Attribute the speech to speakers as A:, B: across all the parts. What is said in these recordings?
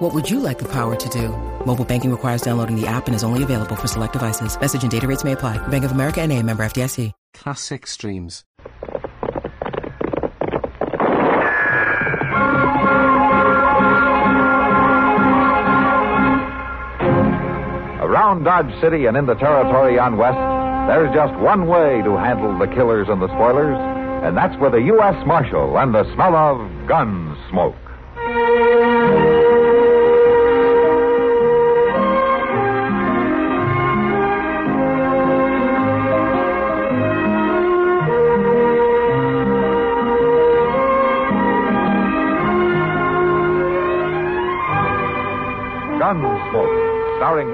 A: What would you like the power to do? Mobile banking requires downloading the app and is only available for select devices. Message and data rates may apply. Bank of America and a member FDIC.
B: Classic streams.
C: Around Dodge City and in the territory on West, there's just one way to handle the killers and the spoilers, and that's with a U.S. Marshal and the smell of gun smoke. Gunsmoke, starring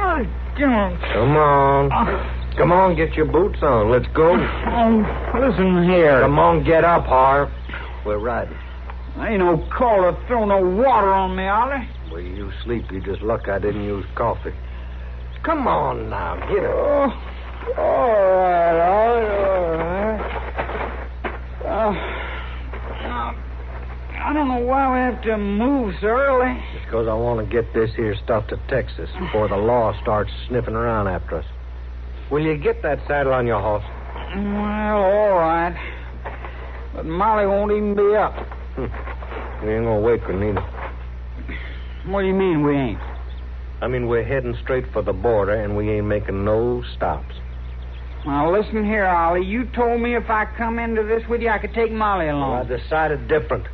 D: Come on. Come on, get your boots on. Let's go.
E: Oh, listen here.
D: Come on, get up, Harv. We're riding.
E: I ain't no caller throw no water on me, Ollie.
D: Well, you sleepy. Just luck I didn't use coffee. Come on now, get up.
E: All right, all right, all right. I don't know why we have to move so early.
D: It's because I want to get this here stuff to Texas before the law starts sniffing around after us. Will you get that saddle on your horse?
E: Well, all right. But Molly won't even be up.
D: We ain't gonna wait for Nina.
E: What do you mean we ain't?
D: I mean, we're heading straight for the border, and we ain't making no stops.
E: Now, listen here, Ollie. You told me if I come into this with you, I could take Molly
D: Well, I
E: along.
D: decided different.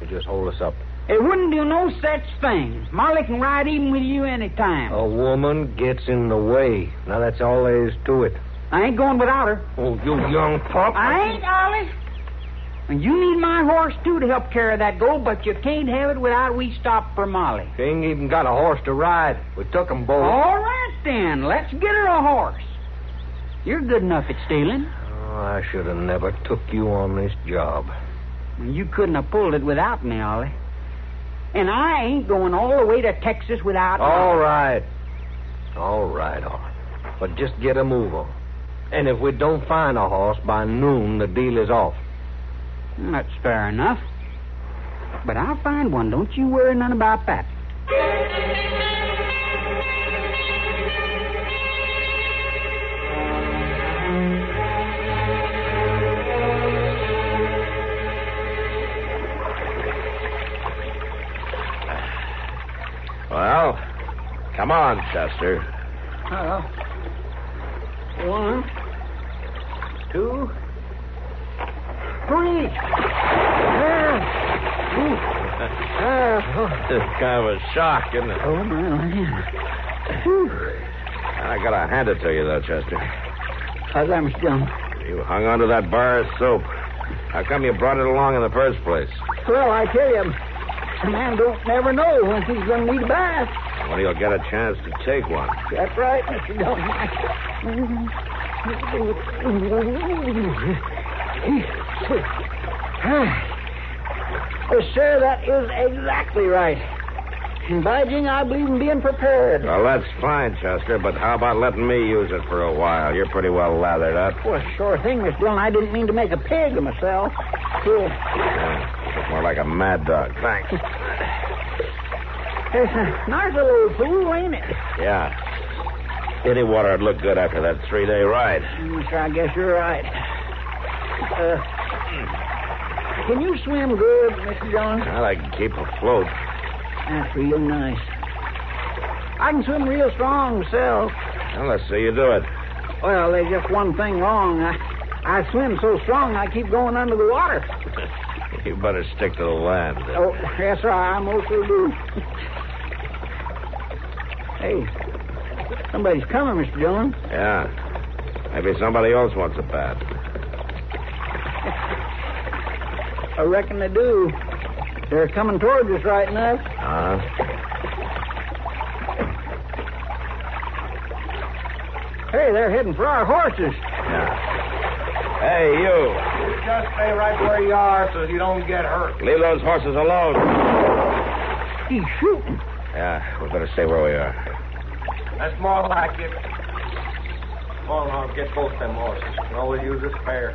D: You just hold us up.
E: It wouldn't do no such thing. Molly can ride even with you any time.
D: A woman gets in the way. Now that's all there is to it.
E: I ain't going without her.
D: Oh, you young pup.
E: I ain't, Ollie. And you need my horse, too, to help carry that gold, but you can't have it without we stop for Molly.
D: She ain't even got a horse to ride. We took 'em both.
E: All right, then. Let's get her a horse. You're good enough at stealing.
D: Oh, I should have never took you on this job.
E: You couldn't have pulled it without me, Ollie. And I ain't going all the way to Texas without
D: All right. All right, all right. But just get a move on. And if we don't find a horse by noon, the deal is off.
E: That's fair enough. But I'll find one. Don't you worry none about that.
F: Well, come on, Chester.
E: Uh, one, two, three. Uh,
F: This kind of a shock, isn't it?
E: Oh, my land.
F: I gotta hand it to you, though, Chester.
E: How's that, Mr. Dillon?
F: You hung onto that bar of soap. How come you brought it along in the first place?
E: Well, I tell you, a man don't never know when he's going to need a bath.
F: When you'll get a chance to take one.
E: That's right, Mr. Dillon. Well, Oh, sir, that is exactly right. And by jing, I believe in being prepared.
F: Well, that's fine, Chester, but how about letting me use it for a while? You're pretty well lathered up.
E: Well, sure thing, Miss Dillon. I didn't mean to make a pig of myself. Yeah.
F: Yeah, look more like a mad dog. Thanks.
E: It's a nice little old fool, ain't it?
F: Yeah. Any water would look good after that three day ride.
E: Mm, Sure, I guess you're right. Uh, Can you swim good, Mr. Jones?
F: Well, I can keep afloat.
E: That's real nice. I can swim real strong myself.
F: Well, let's see you do it.
E: Well, there's just one thing wrong. I, I swim so strong I keep going under the water.
F: You better stick to the land.
E: Oh, yes, sir, I most sure do. hey, somebody's coming, Mr. Dillon.
F: Yeah. Maybe somebody else wants a bat.
E: I reckon they do. They're coming towards us right enough.
F: Huh?
E: Hey, they're heading for our horses.
F: Hey, you.
D: Just stay right where you are so you don't get hurt.
F: Leave those horses alone.
E: He's shooting.
F: Yeah, we better stay where we are.
D: That's more like it. Come on, I'll get both them horses. And always use a spare.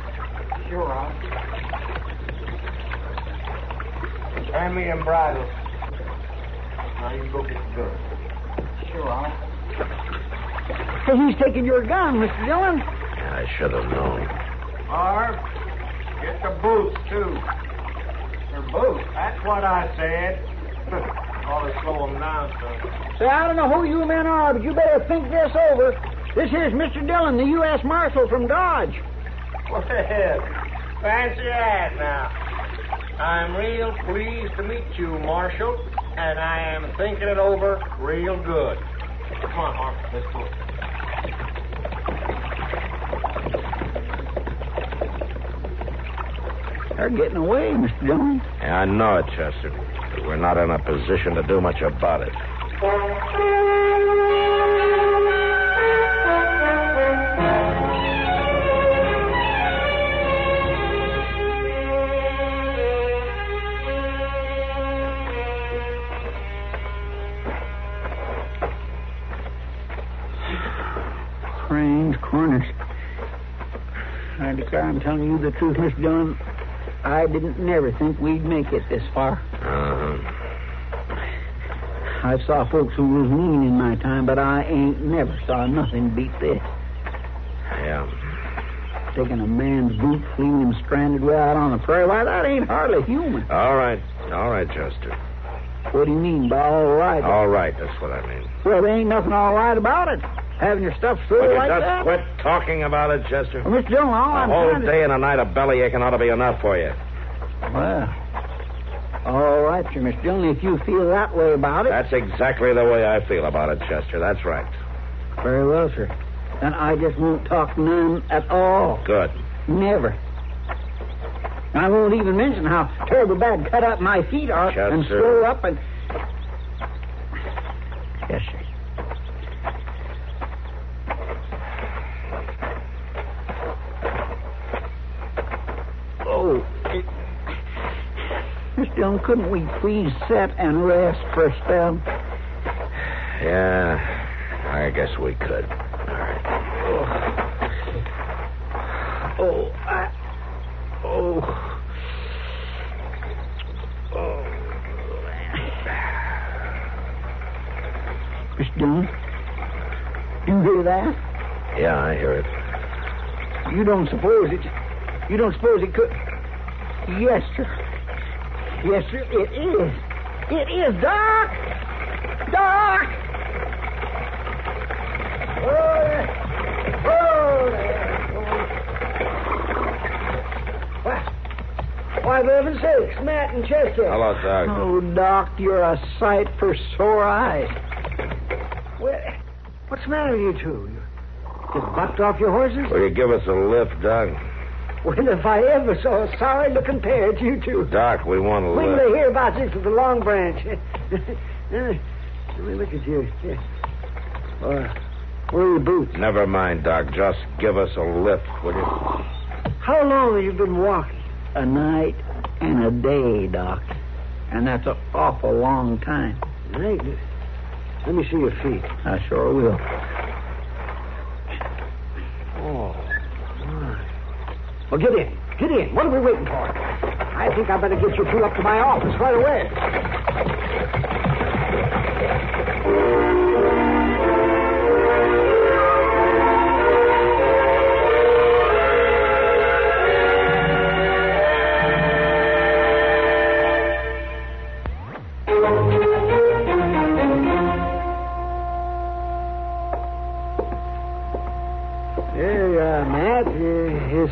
D: Sure, I'll. Hand me and bridle. Now you go get the gun. Sure, I'll.
E: Hey, he's taking your gun, Mr. Dillon.
F: I should have known.
D: Marv, get the boots, too. Your boots? That's what I said. Ought to slow them down, son.
E: Say, I don't know who you men are, but you better think this over. This here's Mr. Dillon, the U.S. Marshal from Dodge.
D: Well, fancy that now. I'm real pleased to meet you, Marshal, and I am thinking it over real good. Come on, Marv, let's go.
E: They're getting away, Mr. Dillon.
F: Yeah, I know it, Chester. But we're not in a position to do much about it.
E: Strange corners. I declare I'm telling you the truth, Mr. Dillon. I didn't never think we'd make it this far.
F: Uh-huh.
E: I saw folks who was mean in my time, but I ain't never saw nothing beat this.
F: Yeah.
E: Taking a man's boot, leaving him stranded way out on the prairie. Why, that ain't hardly human.
F: All right. All right, Chester.
E: What do you mean by all right?
F: All right, that's what I mean.
E: Well, there ain't nothing all right about it. Having your stuff
F: Will
E: through
F: you
E: like
F: just
E: that.
F: quit talking about it, Chester?
E: Well, Mr. Dillon, all
F: a
E: I'm
F: whole
E: trying to-
F: day and a night of bellyaching ought to be enough for you.
E: Well, all right, sir, Mr. Dillon, if you feel that way about it.
F: That's exactly the way I feel about it, Chester. That's right.
E: Very well, sir. Then I just won't talk none at all.
F: Good.
E: Never. I won't even mention how terrible bad cut up my feet are
F: Yes,
E: and
F: sir.
E: sore up and. Yes, sir. Oh, it... Mr. Dillon, couldn't we please sit and rest um? for a spell?
F: Yeah, I guess we could. All right.
E: Oh, I. Oh. Oh. Mr. Dillon, you hear that?
F: Yeah, I hear it.
E: You don't suppose it. You don't suppose it could. Yes, sir. Yes, sir, it is. It is, Doc! Doc! Oh, yeah. oh, yeah. Why, why, for heaven's sakes, Matt and Chester.
F: Hello, Doc.
E: Oh, Doc, you're a sight for sore eyes. Well, what's the matter with you two? You just bucked off your horses?
F: Will you give us a lift, Doc?
E: Well, if I ever saw a sorry looking pair, it's you two.
F: Doc, we want a
E: Wait till
F: lift.
E: they hear about this at the Long Branch. Let me look at you. Yeah. Uh, where are your boots?
F: Never mind, Doc. Just give us a lift, will you?
E: How long have you been walking? A night and a day, Doc. And that's an awful long time. Right. Let me see your feet. I sure will. Oh, my. Well, get in. Get in. What are we waiting for? I think I better get you two up to my office right away.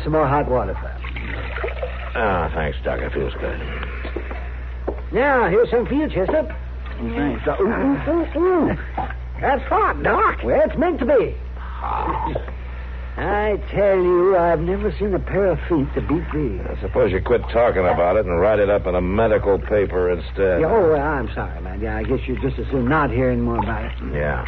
E: some more hot water, pal.
F: Ah, thanks, Doc. It feels good.
E: Now, here's some for you, Chester. Thanks. ooh, ooh, ooh, ooh. That's hot, Doc. Well, it's meant to be. Ah. I tell you, I've never seen a pair of feet to beat these.
F: I suppose you quit talking about it and write it up in a medical paper instead.
E: Yeah, oh, well, I'm sorry, man. Yeah, I guess you'd just as soon not hear any more about it.
F: Yeah.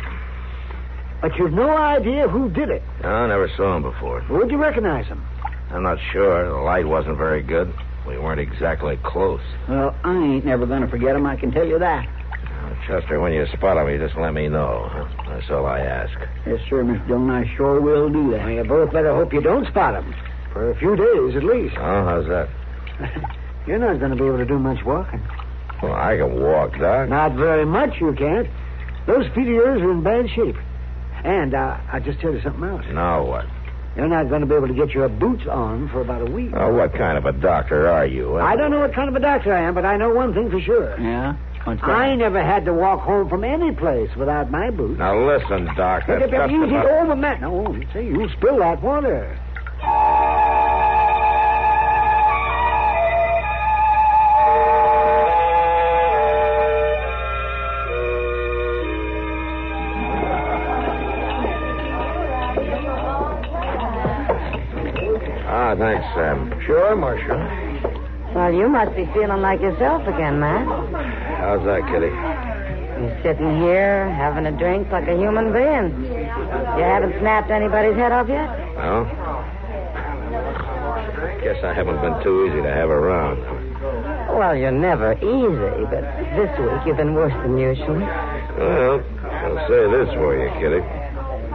E: But you've no idea who did it.
F: I never saw him before.
E: Would you recognize him?
F: I'm not sure. The light wasn't very good. We weren't exactly close.
E: Well, I ain't never going to forget him, I can tell you that.
F: Now, Uh, Chester, when you spot him, you just let me know. huh? That's all I ask.
E: Yes, sir, Miss Dillon, I sure will do that. Well, you both better hope you don't spot him. For a few days, at least.
F: Oh, how's that?
E: You're not going to be able to do much walking.
F: Well, I can walk, Doc.
E: Not very much, you can't. Those feet of yours are in bad shape. And uh, I'll just tell you something else.
F: Now what?
E: You're not going to be able to get your boots on for about a week.
F: Oh, what kind of a doctor are you?
E: I don't know what kind of a doctor I am, but I know one thing for sure.
B: Yeah? What's that?
E: I never had to walk home from any place without my boots.
F: Now listen, Doc.
E: Look
F: That's
E: at that
F: just
E: easy
F: about-
E: over man. No, say you spill that water.
F: Ah, thanks, Sam. Sure, Marshal.
G: Well, you must be feeling like yourself again, Matt.
F: How's that, Kitty?
G: You're sitting here having a drink like a human being. You haven't snapped anybody's head off yet?
F: No? Guess I haven't been too easy to have around.
G: Well, you're never easy, but this week you've been worse than usual.
F: Well, I'll say this for you, Kitty.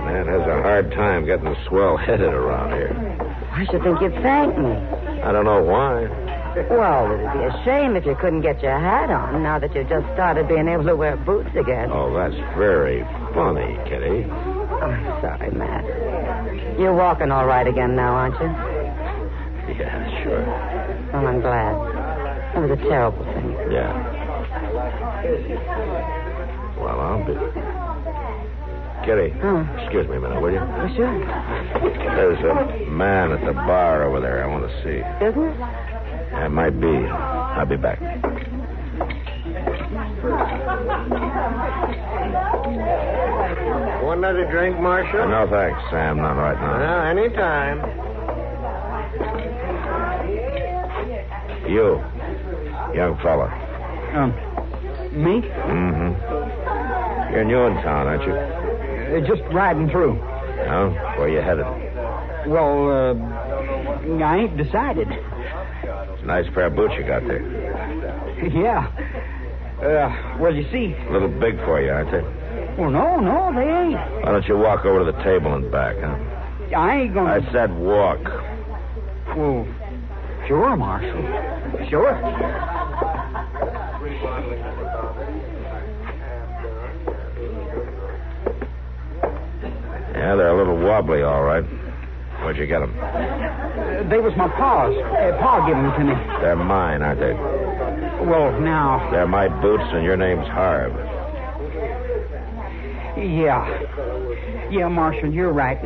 F: Matt has a hard time getting swell-headed around here.
G: I should think you'd thank me.
F: I don't know why.
G: Well, it'd be a shame if you couldn't get your hat on now that you've just started being able to wear boots again.
F: Oh, that's very funny, Kitty.
G: I'm sorry, Matt. You're walking all right again now, aren't you?
F: Yeah, sure.
G: Well, I'm glad. That was a terrible thing.
F: Yeah. Well, I'll be. Kitty,
G: Hmm.
F: excuse me a minute, will you?
G: Oh, sure.
F: There's a man at the bar over there I want to see.
G: Business?
F: That might be. I'll be back.
D: Want another drink, Marshal?
F: No, thanks, Sam. Not right now.
D: No, anytime.
F: You, young fella.
E: Um, me?
F: Mm-hmm. You're new in town, aren't you?
E: Uh, just riding through.
F: No? Where you headed?
E: Well, uh, I ain't decided.
F: Nice pair of boots you got there.
E: yeah. Uh, well, you see.
F: A little big for you, aren't they?
E: Well, no, no, they ain't.
F: Why don't you walk over to the table and back, huh?
E: I ain't
F: I
E: gonna.
F: said walk.
E: Well, sure, Marshal. Sure.
F: Yeah, they're a little wobbly, all right. Where'd you get them?
E: Uh, they was my pa's. Uh, pa gave them to me.
F: They're mine, aren't they?
E: Well, now,
F: They're my boots, and your name's Harv.
E: yeah. Yeah, Marshal, you're right.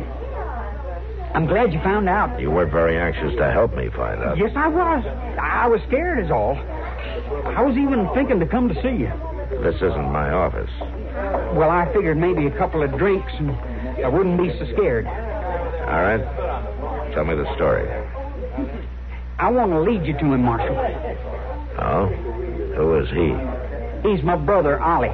E: I'm glad you found out.
F: You weren't very anxious to help me find out.
E: Yes, I was. I was scared, is all. I was even thinking to come to see you.
F: This isn't my office.
E: Well, I figured maybe a couple of drinks and I wouldn't be so scared.
F: All right? Tell me the story.
E: I want to lead you to him, Marshal.
F: Oh? Who is he?
E: He's my brother, Ollie.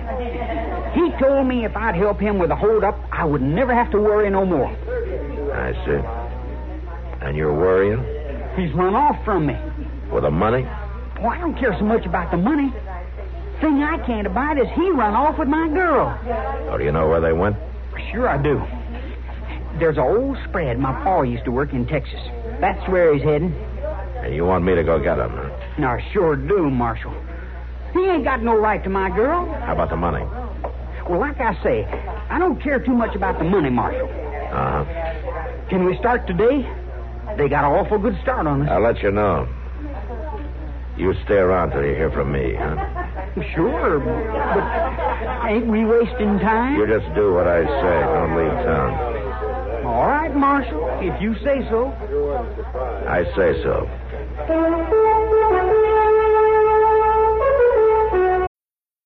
E: He told me if I'd help him with a holdup, I would never have to worry no more.
F: I see. And you're worrying?
E: He's run off from me.
F: For the money?
E: Well, I don't care so much about the money. Thing I can't abide is he run off with my girl.
F: Or do you know where they went?
E: Sure I do. There's an old spread my pa used to work in Texas. That's where he's heading.
F: And you want me to go get them, huh?
E: And I sure do, Marshal. He ain't got no right to my girl.
F: How about the money?
E: Well, like I say, I don't care too much about the money, Marshal.
F: Uh-huh.
E: Can we start today? They got an awful good start on us.
F: I'll let you know. You stay around till you hear from me, huh?
E: Sure, but ain't we wasting time?
F: You just do what I say. Don't leave town.
E: All right, it, Marshal? If you say so.
F: I say so.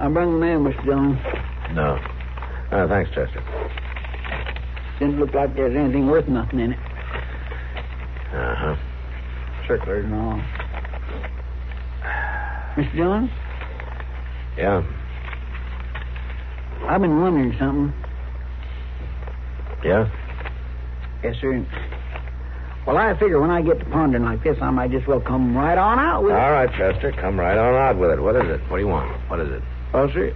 E: I bring the mail, Mr. Dillon.
F: No. Uh, thanks, Chester.
E: Didn't look like there's anything worth nothing in it.
F: Uh huh.
E: Circulars and all. Mr. Dillon,
F: Yeah.
E: I've been wondering something.
F: Yeah?
E: Yes, sir. Well, I figure when I get to pondering like this, I might just well come right on out with it.
F: All right, Chester. Come right on out with it. What is it? What do you want? What is it?
E: Well, sir,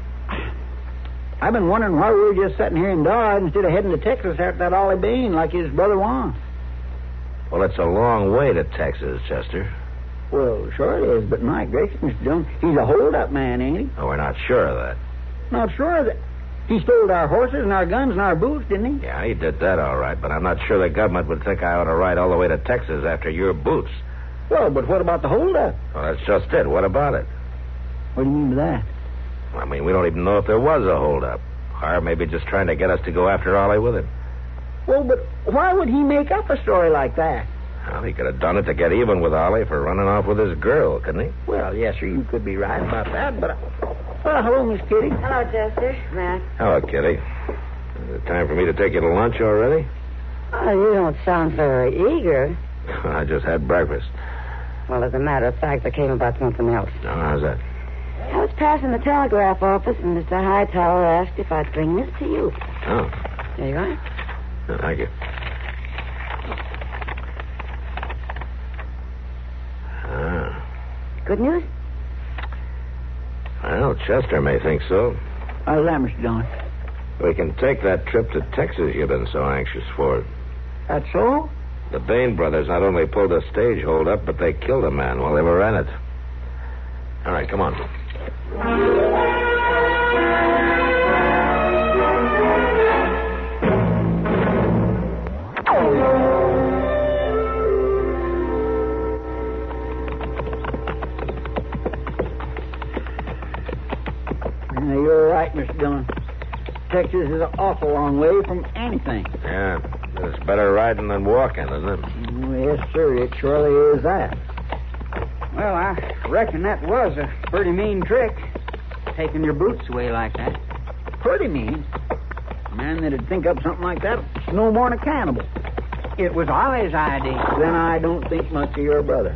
E: I've been wondering why we were just sitting here in Dodge instead of heading to Texas after that Ollie Bean like his brother Juan.
F: Well, it's a long way to Texas, Chester.
E: Well, sure it is, but my gracious, Mr. Jones, he's a hold-up man, ain't he?
F: Oh, we're not sure of that.
E: Not sure that he stole our horses and our guns and our boots, didn't he?
F: Yeah, he did that all right, but I'm not sure the government would think I ought to ride all the way to Texas after your boots.
E: Well, but what about the hold-up?
F: Well, that's just it. What about it?
E: What do you mean by that?
F: I mean, we don't even know if there was a holdup. Or maybe just trying to get us to go after Ollie with him.
E: Well, but why would he make up a story like that?
F: Well, he could have done it to get even with Ollie for running off with his girl, couldn't he?
E: Well, yes, sir, you could be right about that, but... I... Well, hello, Miss Kitty.
G: Hello, Chester. Matt.
F: Hello, Kitty. Is it time for me to take you to lunch already?
G: Oh, you don't sound very eager.
F: I just had breakfast.
G: Well, as a matter of fact, I came about something else.
F: Now, Oh, how's that?
G: I was passing the telegraph office, and Mr. Hightower asked if I'd bring this to you.
F: Oh,
G: There you are.
F: no, thank you. Ah.
G: Good news?
F: Well, Chester may think so.
E: How's that, Mr. Dillon?
F: We can take that trip to Texas you've been so anxious for.
E: That's so?
F: The Bain brothers not only pulled a stage holdup, but they killed a man while they were at it. All right, come on.
E: Yeah, you're right, Mr. Dillon. Texas is an awful long way from anything.
F: Yeah, it's better riding than walking, isn't it?
E: Yes, sir, it surely is that. Well, I reckon that was a pretty mean trick, taking your boots away like that. Pretty mean? A man that'd think up something like that is no more than a cannibal. It was Ollie's idea. Then I don't think much of your brother.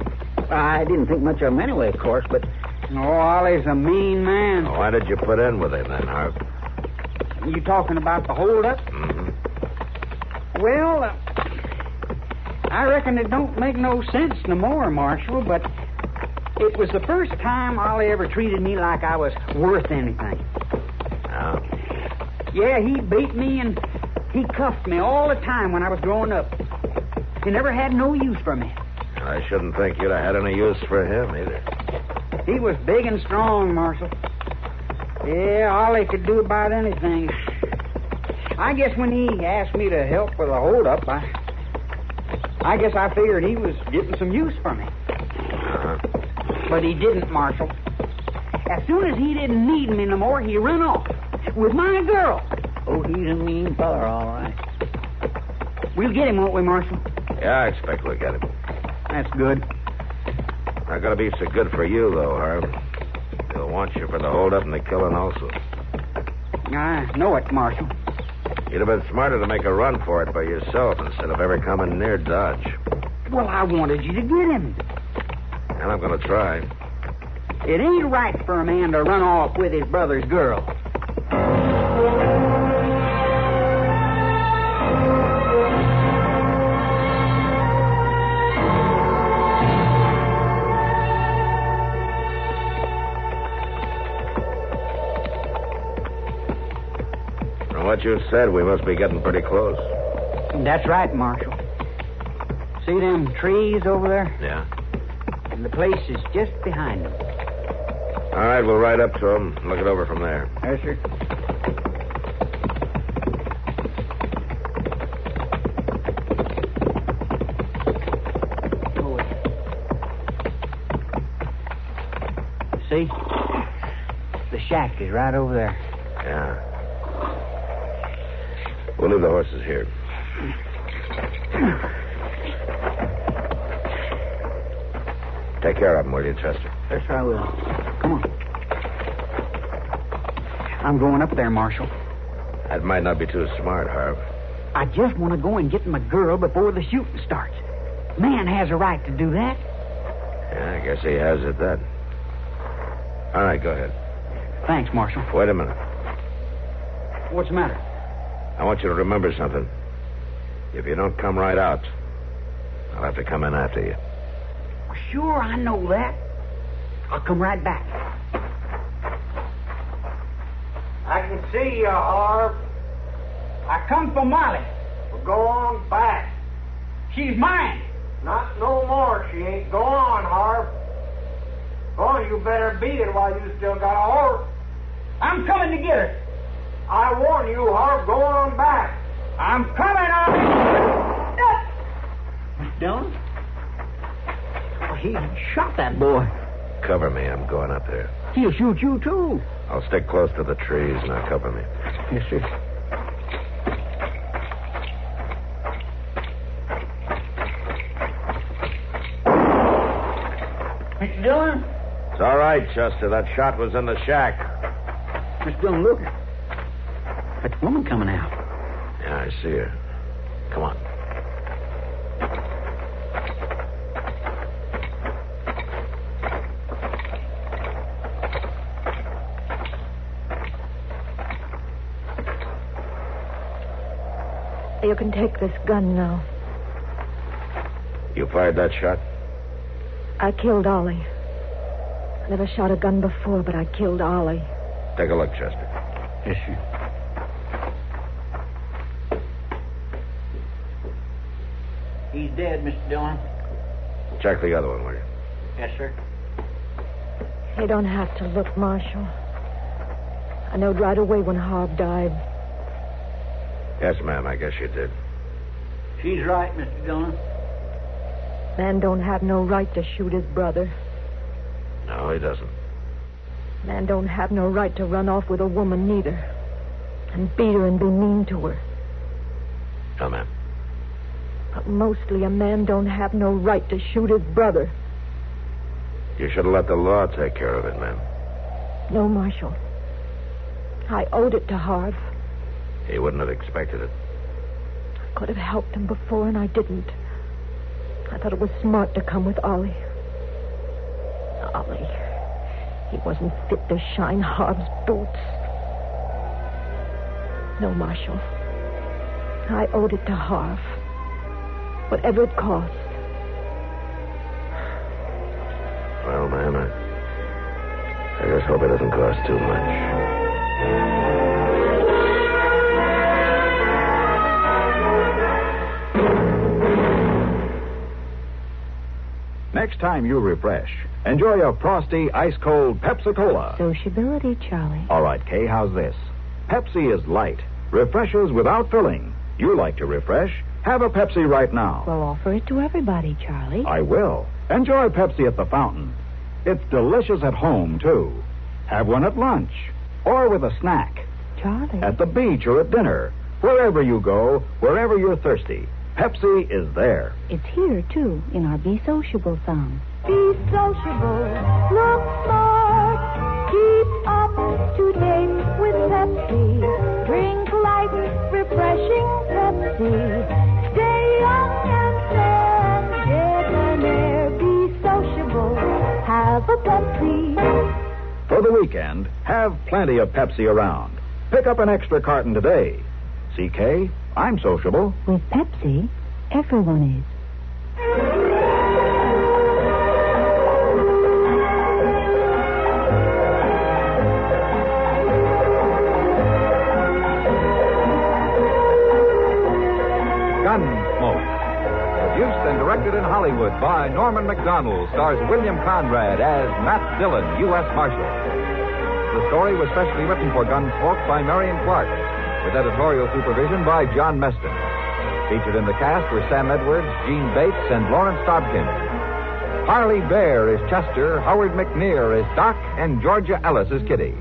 E: I didn't think much of him anyway, of course, but. Oh, Ollie's a mean man.
F: Why did you put in with him then, Harp?
E: You talking about the holdup?
F: hmm
E: Well, uh, I reckon it don't make no sense no more, Marshal, but it was the first time Ollie ever treated me like I was worth anything.
F: Yeah.
E: Yeah, he beat me and he cuffed me all the time when I was growing up. He never had no use for me.
F: And I shouldn't think you'd have had any use for him either.
E: He was big and strong, Marshal. Yeah, all he could do about anything. I guess when he asked me to help with a holdup, I, I guess I figured he was getting some use for me.
F: Uh-huh.
E: But he didn't, Marshal. As soon as he didn't need me no more, he run off with my girl. Oh, he's a mean feller, all right. We'll get him, won't we, Marshal?
F: Yeah, I expect we'll get him.
E: That's good.
F: Not gonna be so good for you though, Harp. They'll want you for the holdup and the killing also.
E: I know it, Marshal.
F: You'd have been smarter to make a run for it by yourself instead of ever coming near Dodge.
E: Well, I wanted you to get him.
F: And I'm gonna try.
E: It ain't right for a man to run off with his brother's girl.
F: what you said, we must be getting pretty close.
E: That's right, Marshal. See them trees over there?
F: Yeah.
E: And the place is just behind them.
F: All right, we'll ride up to him. Look it over from there.
E: Yes, sir. Oh, wait. See? The shack is right over there.
F: Yeah. We'll leave the horses here. Take care of them, will you, Chester?
E: Yes, sir, I will. Come on. I'm going up there, Marshal.
F: That might not be too smart, Harv.
E: I just want to go and get my girl before the shooting starts. Man has a right to do that.
F: Yeah, I guess he has it then. All right, go ahead.
E: Thanks, Marshal.
F: Wait a minute.
E: What's the matter?
F: I want you to remember something. If you don't come right out, I'll have to come in after you.
E: Sure, I know that. I'll come right back.
D: I can see you, Harv.
E: I come for Molly.
D: Well, go on back.
E: She's mine.
D: Not no more, she ain't. Go on, Harv. Oh, you better beat it while you still got a horse.
E: I'm coming to get her.
D: I warn you, Harv, go on back.
E: I'm coming on. Dillon? Oh, he shot that boy.
F: Cover me. I'm going up there.
E: He'll shoot you, too.
F: I'll stick close to the trees. Now cover me.
E: Yes, sir. Mr. Dillon?
F: It's all right, Chester. That shot was in the shack.
E: Mr. Dillon, look. That woman coming out.
F: Yeah, I see her. Come on.
H: You can take this gun now.
F: You fired that shot?
H: I killed Ollie. I never shot a gun before, but I killed Ollie.
F: Take a look, Chester.
E: Yes, sir. He's dead, Mr. Dillon.
F: Check the other one, will you?
E: Yes, sir.
H: You don't have to look, Marshal. I knowed right away when Harb died.
F: Yes, ma'am. I guess you did.
E: She's right, Mr. Dillon.
H: Man don't have no right to shoot his brother.
F: No, he doesn't.
H: Man don't have no right to run off with a woman neither. And beat her and be mean to her.
F: No, ma'am.
H: But mostly a man don't have no right to shoot his brother.
F: You should have let the law take care of it, ma'am.
H: No, Marshal. I owed it to Harv.
F: He wouldn't have expected it.
H: I could have helped him before, and I didn't. I thought it was smart to come with Ollie. Ollie. He wasn't fit to shine Harb's boots. No, Marshal. I owed it to Harv. Whatever it cost.
F: Well, ma'am, I, I just hope it doesn't cost too much.
C: Next time you refresh, enjoy a frosty, ice cold Pepsi Cola.
H: Sociability, Charlie.
C: All right, Kay, how's this? Pepsi is light, refreshes without filling. You like to refresh? Have a Pepsi right now.
H: Well, offer it to everybody, Charlie.
C: I will. Enjoy Pepsi at the fountain. It's delicious at home, too. Have one at lunch or with a snack.
H: Charlie.
C: At the beach or at dinner. Wherever you go, wherever you're thirsty, Pepsi is there.
H: It's here, too, in our Be Sociable song.
I: Be sociable. Look smart. Keep up to date with Pepsi. Drink light, refreshing Pepsi. Stay young and fair. Get an air. Be sociable. Have a Pepsi.
C: For the weekend, have plenty of Pepsi around. Pick up an extra carton today. CK, I'm sociable.
H: With Pepsi, everyone is.
C: Hollywood by Norman McDonald stars William Conrad as Matt Dillon, U.S. Marshal. The story was specially written for Gunsmoke by Marion Clark, with editorial supervision by John Meston. Featured in the cast were Sam Edwards, Gene Bates, and Lawrence Dobkin. Harley Bear is Chester, Howard McNear is Doc, and Georgia Ellis is Kitty.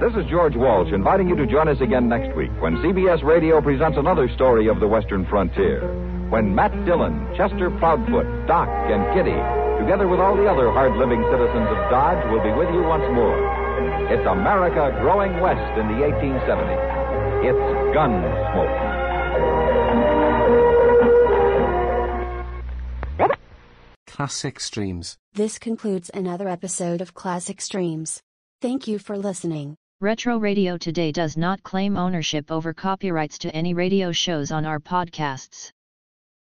C: This is George Walsh inviting you to join us again next week when CBS Radio presents another story of the Western frontier. When Matt Dillon, Chester Proudfoot, Doc, and Kitty, together with all the other hard living citizens of Dodge, will be with you once more. It's America growing west in the 1870s. It's Gunsmoke.
J: Classic Streams.
K: This concludes another episode of Classic Streams. Thank you for listening.
L: Retro Radio Today does not claim ownership over copyrights to any radio shows on our podcasts.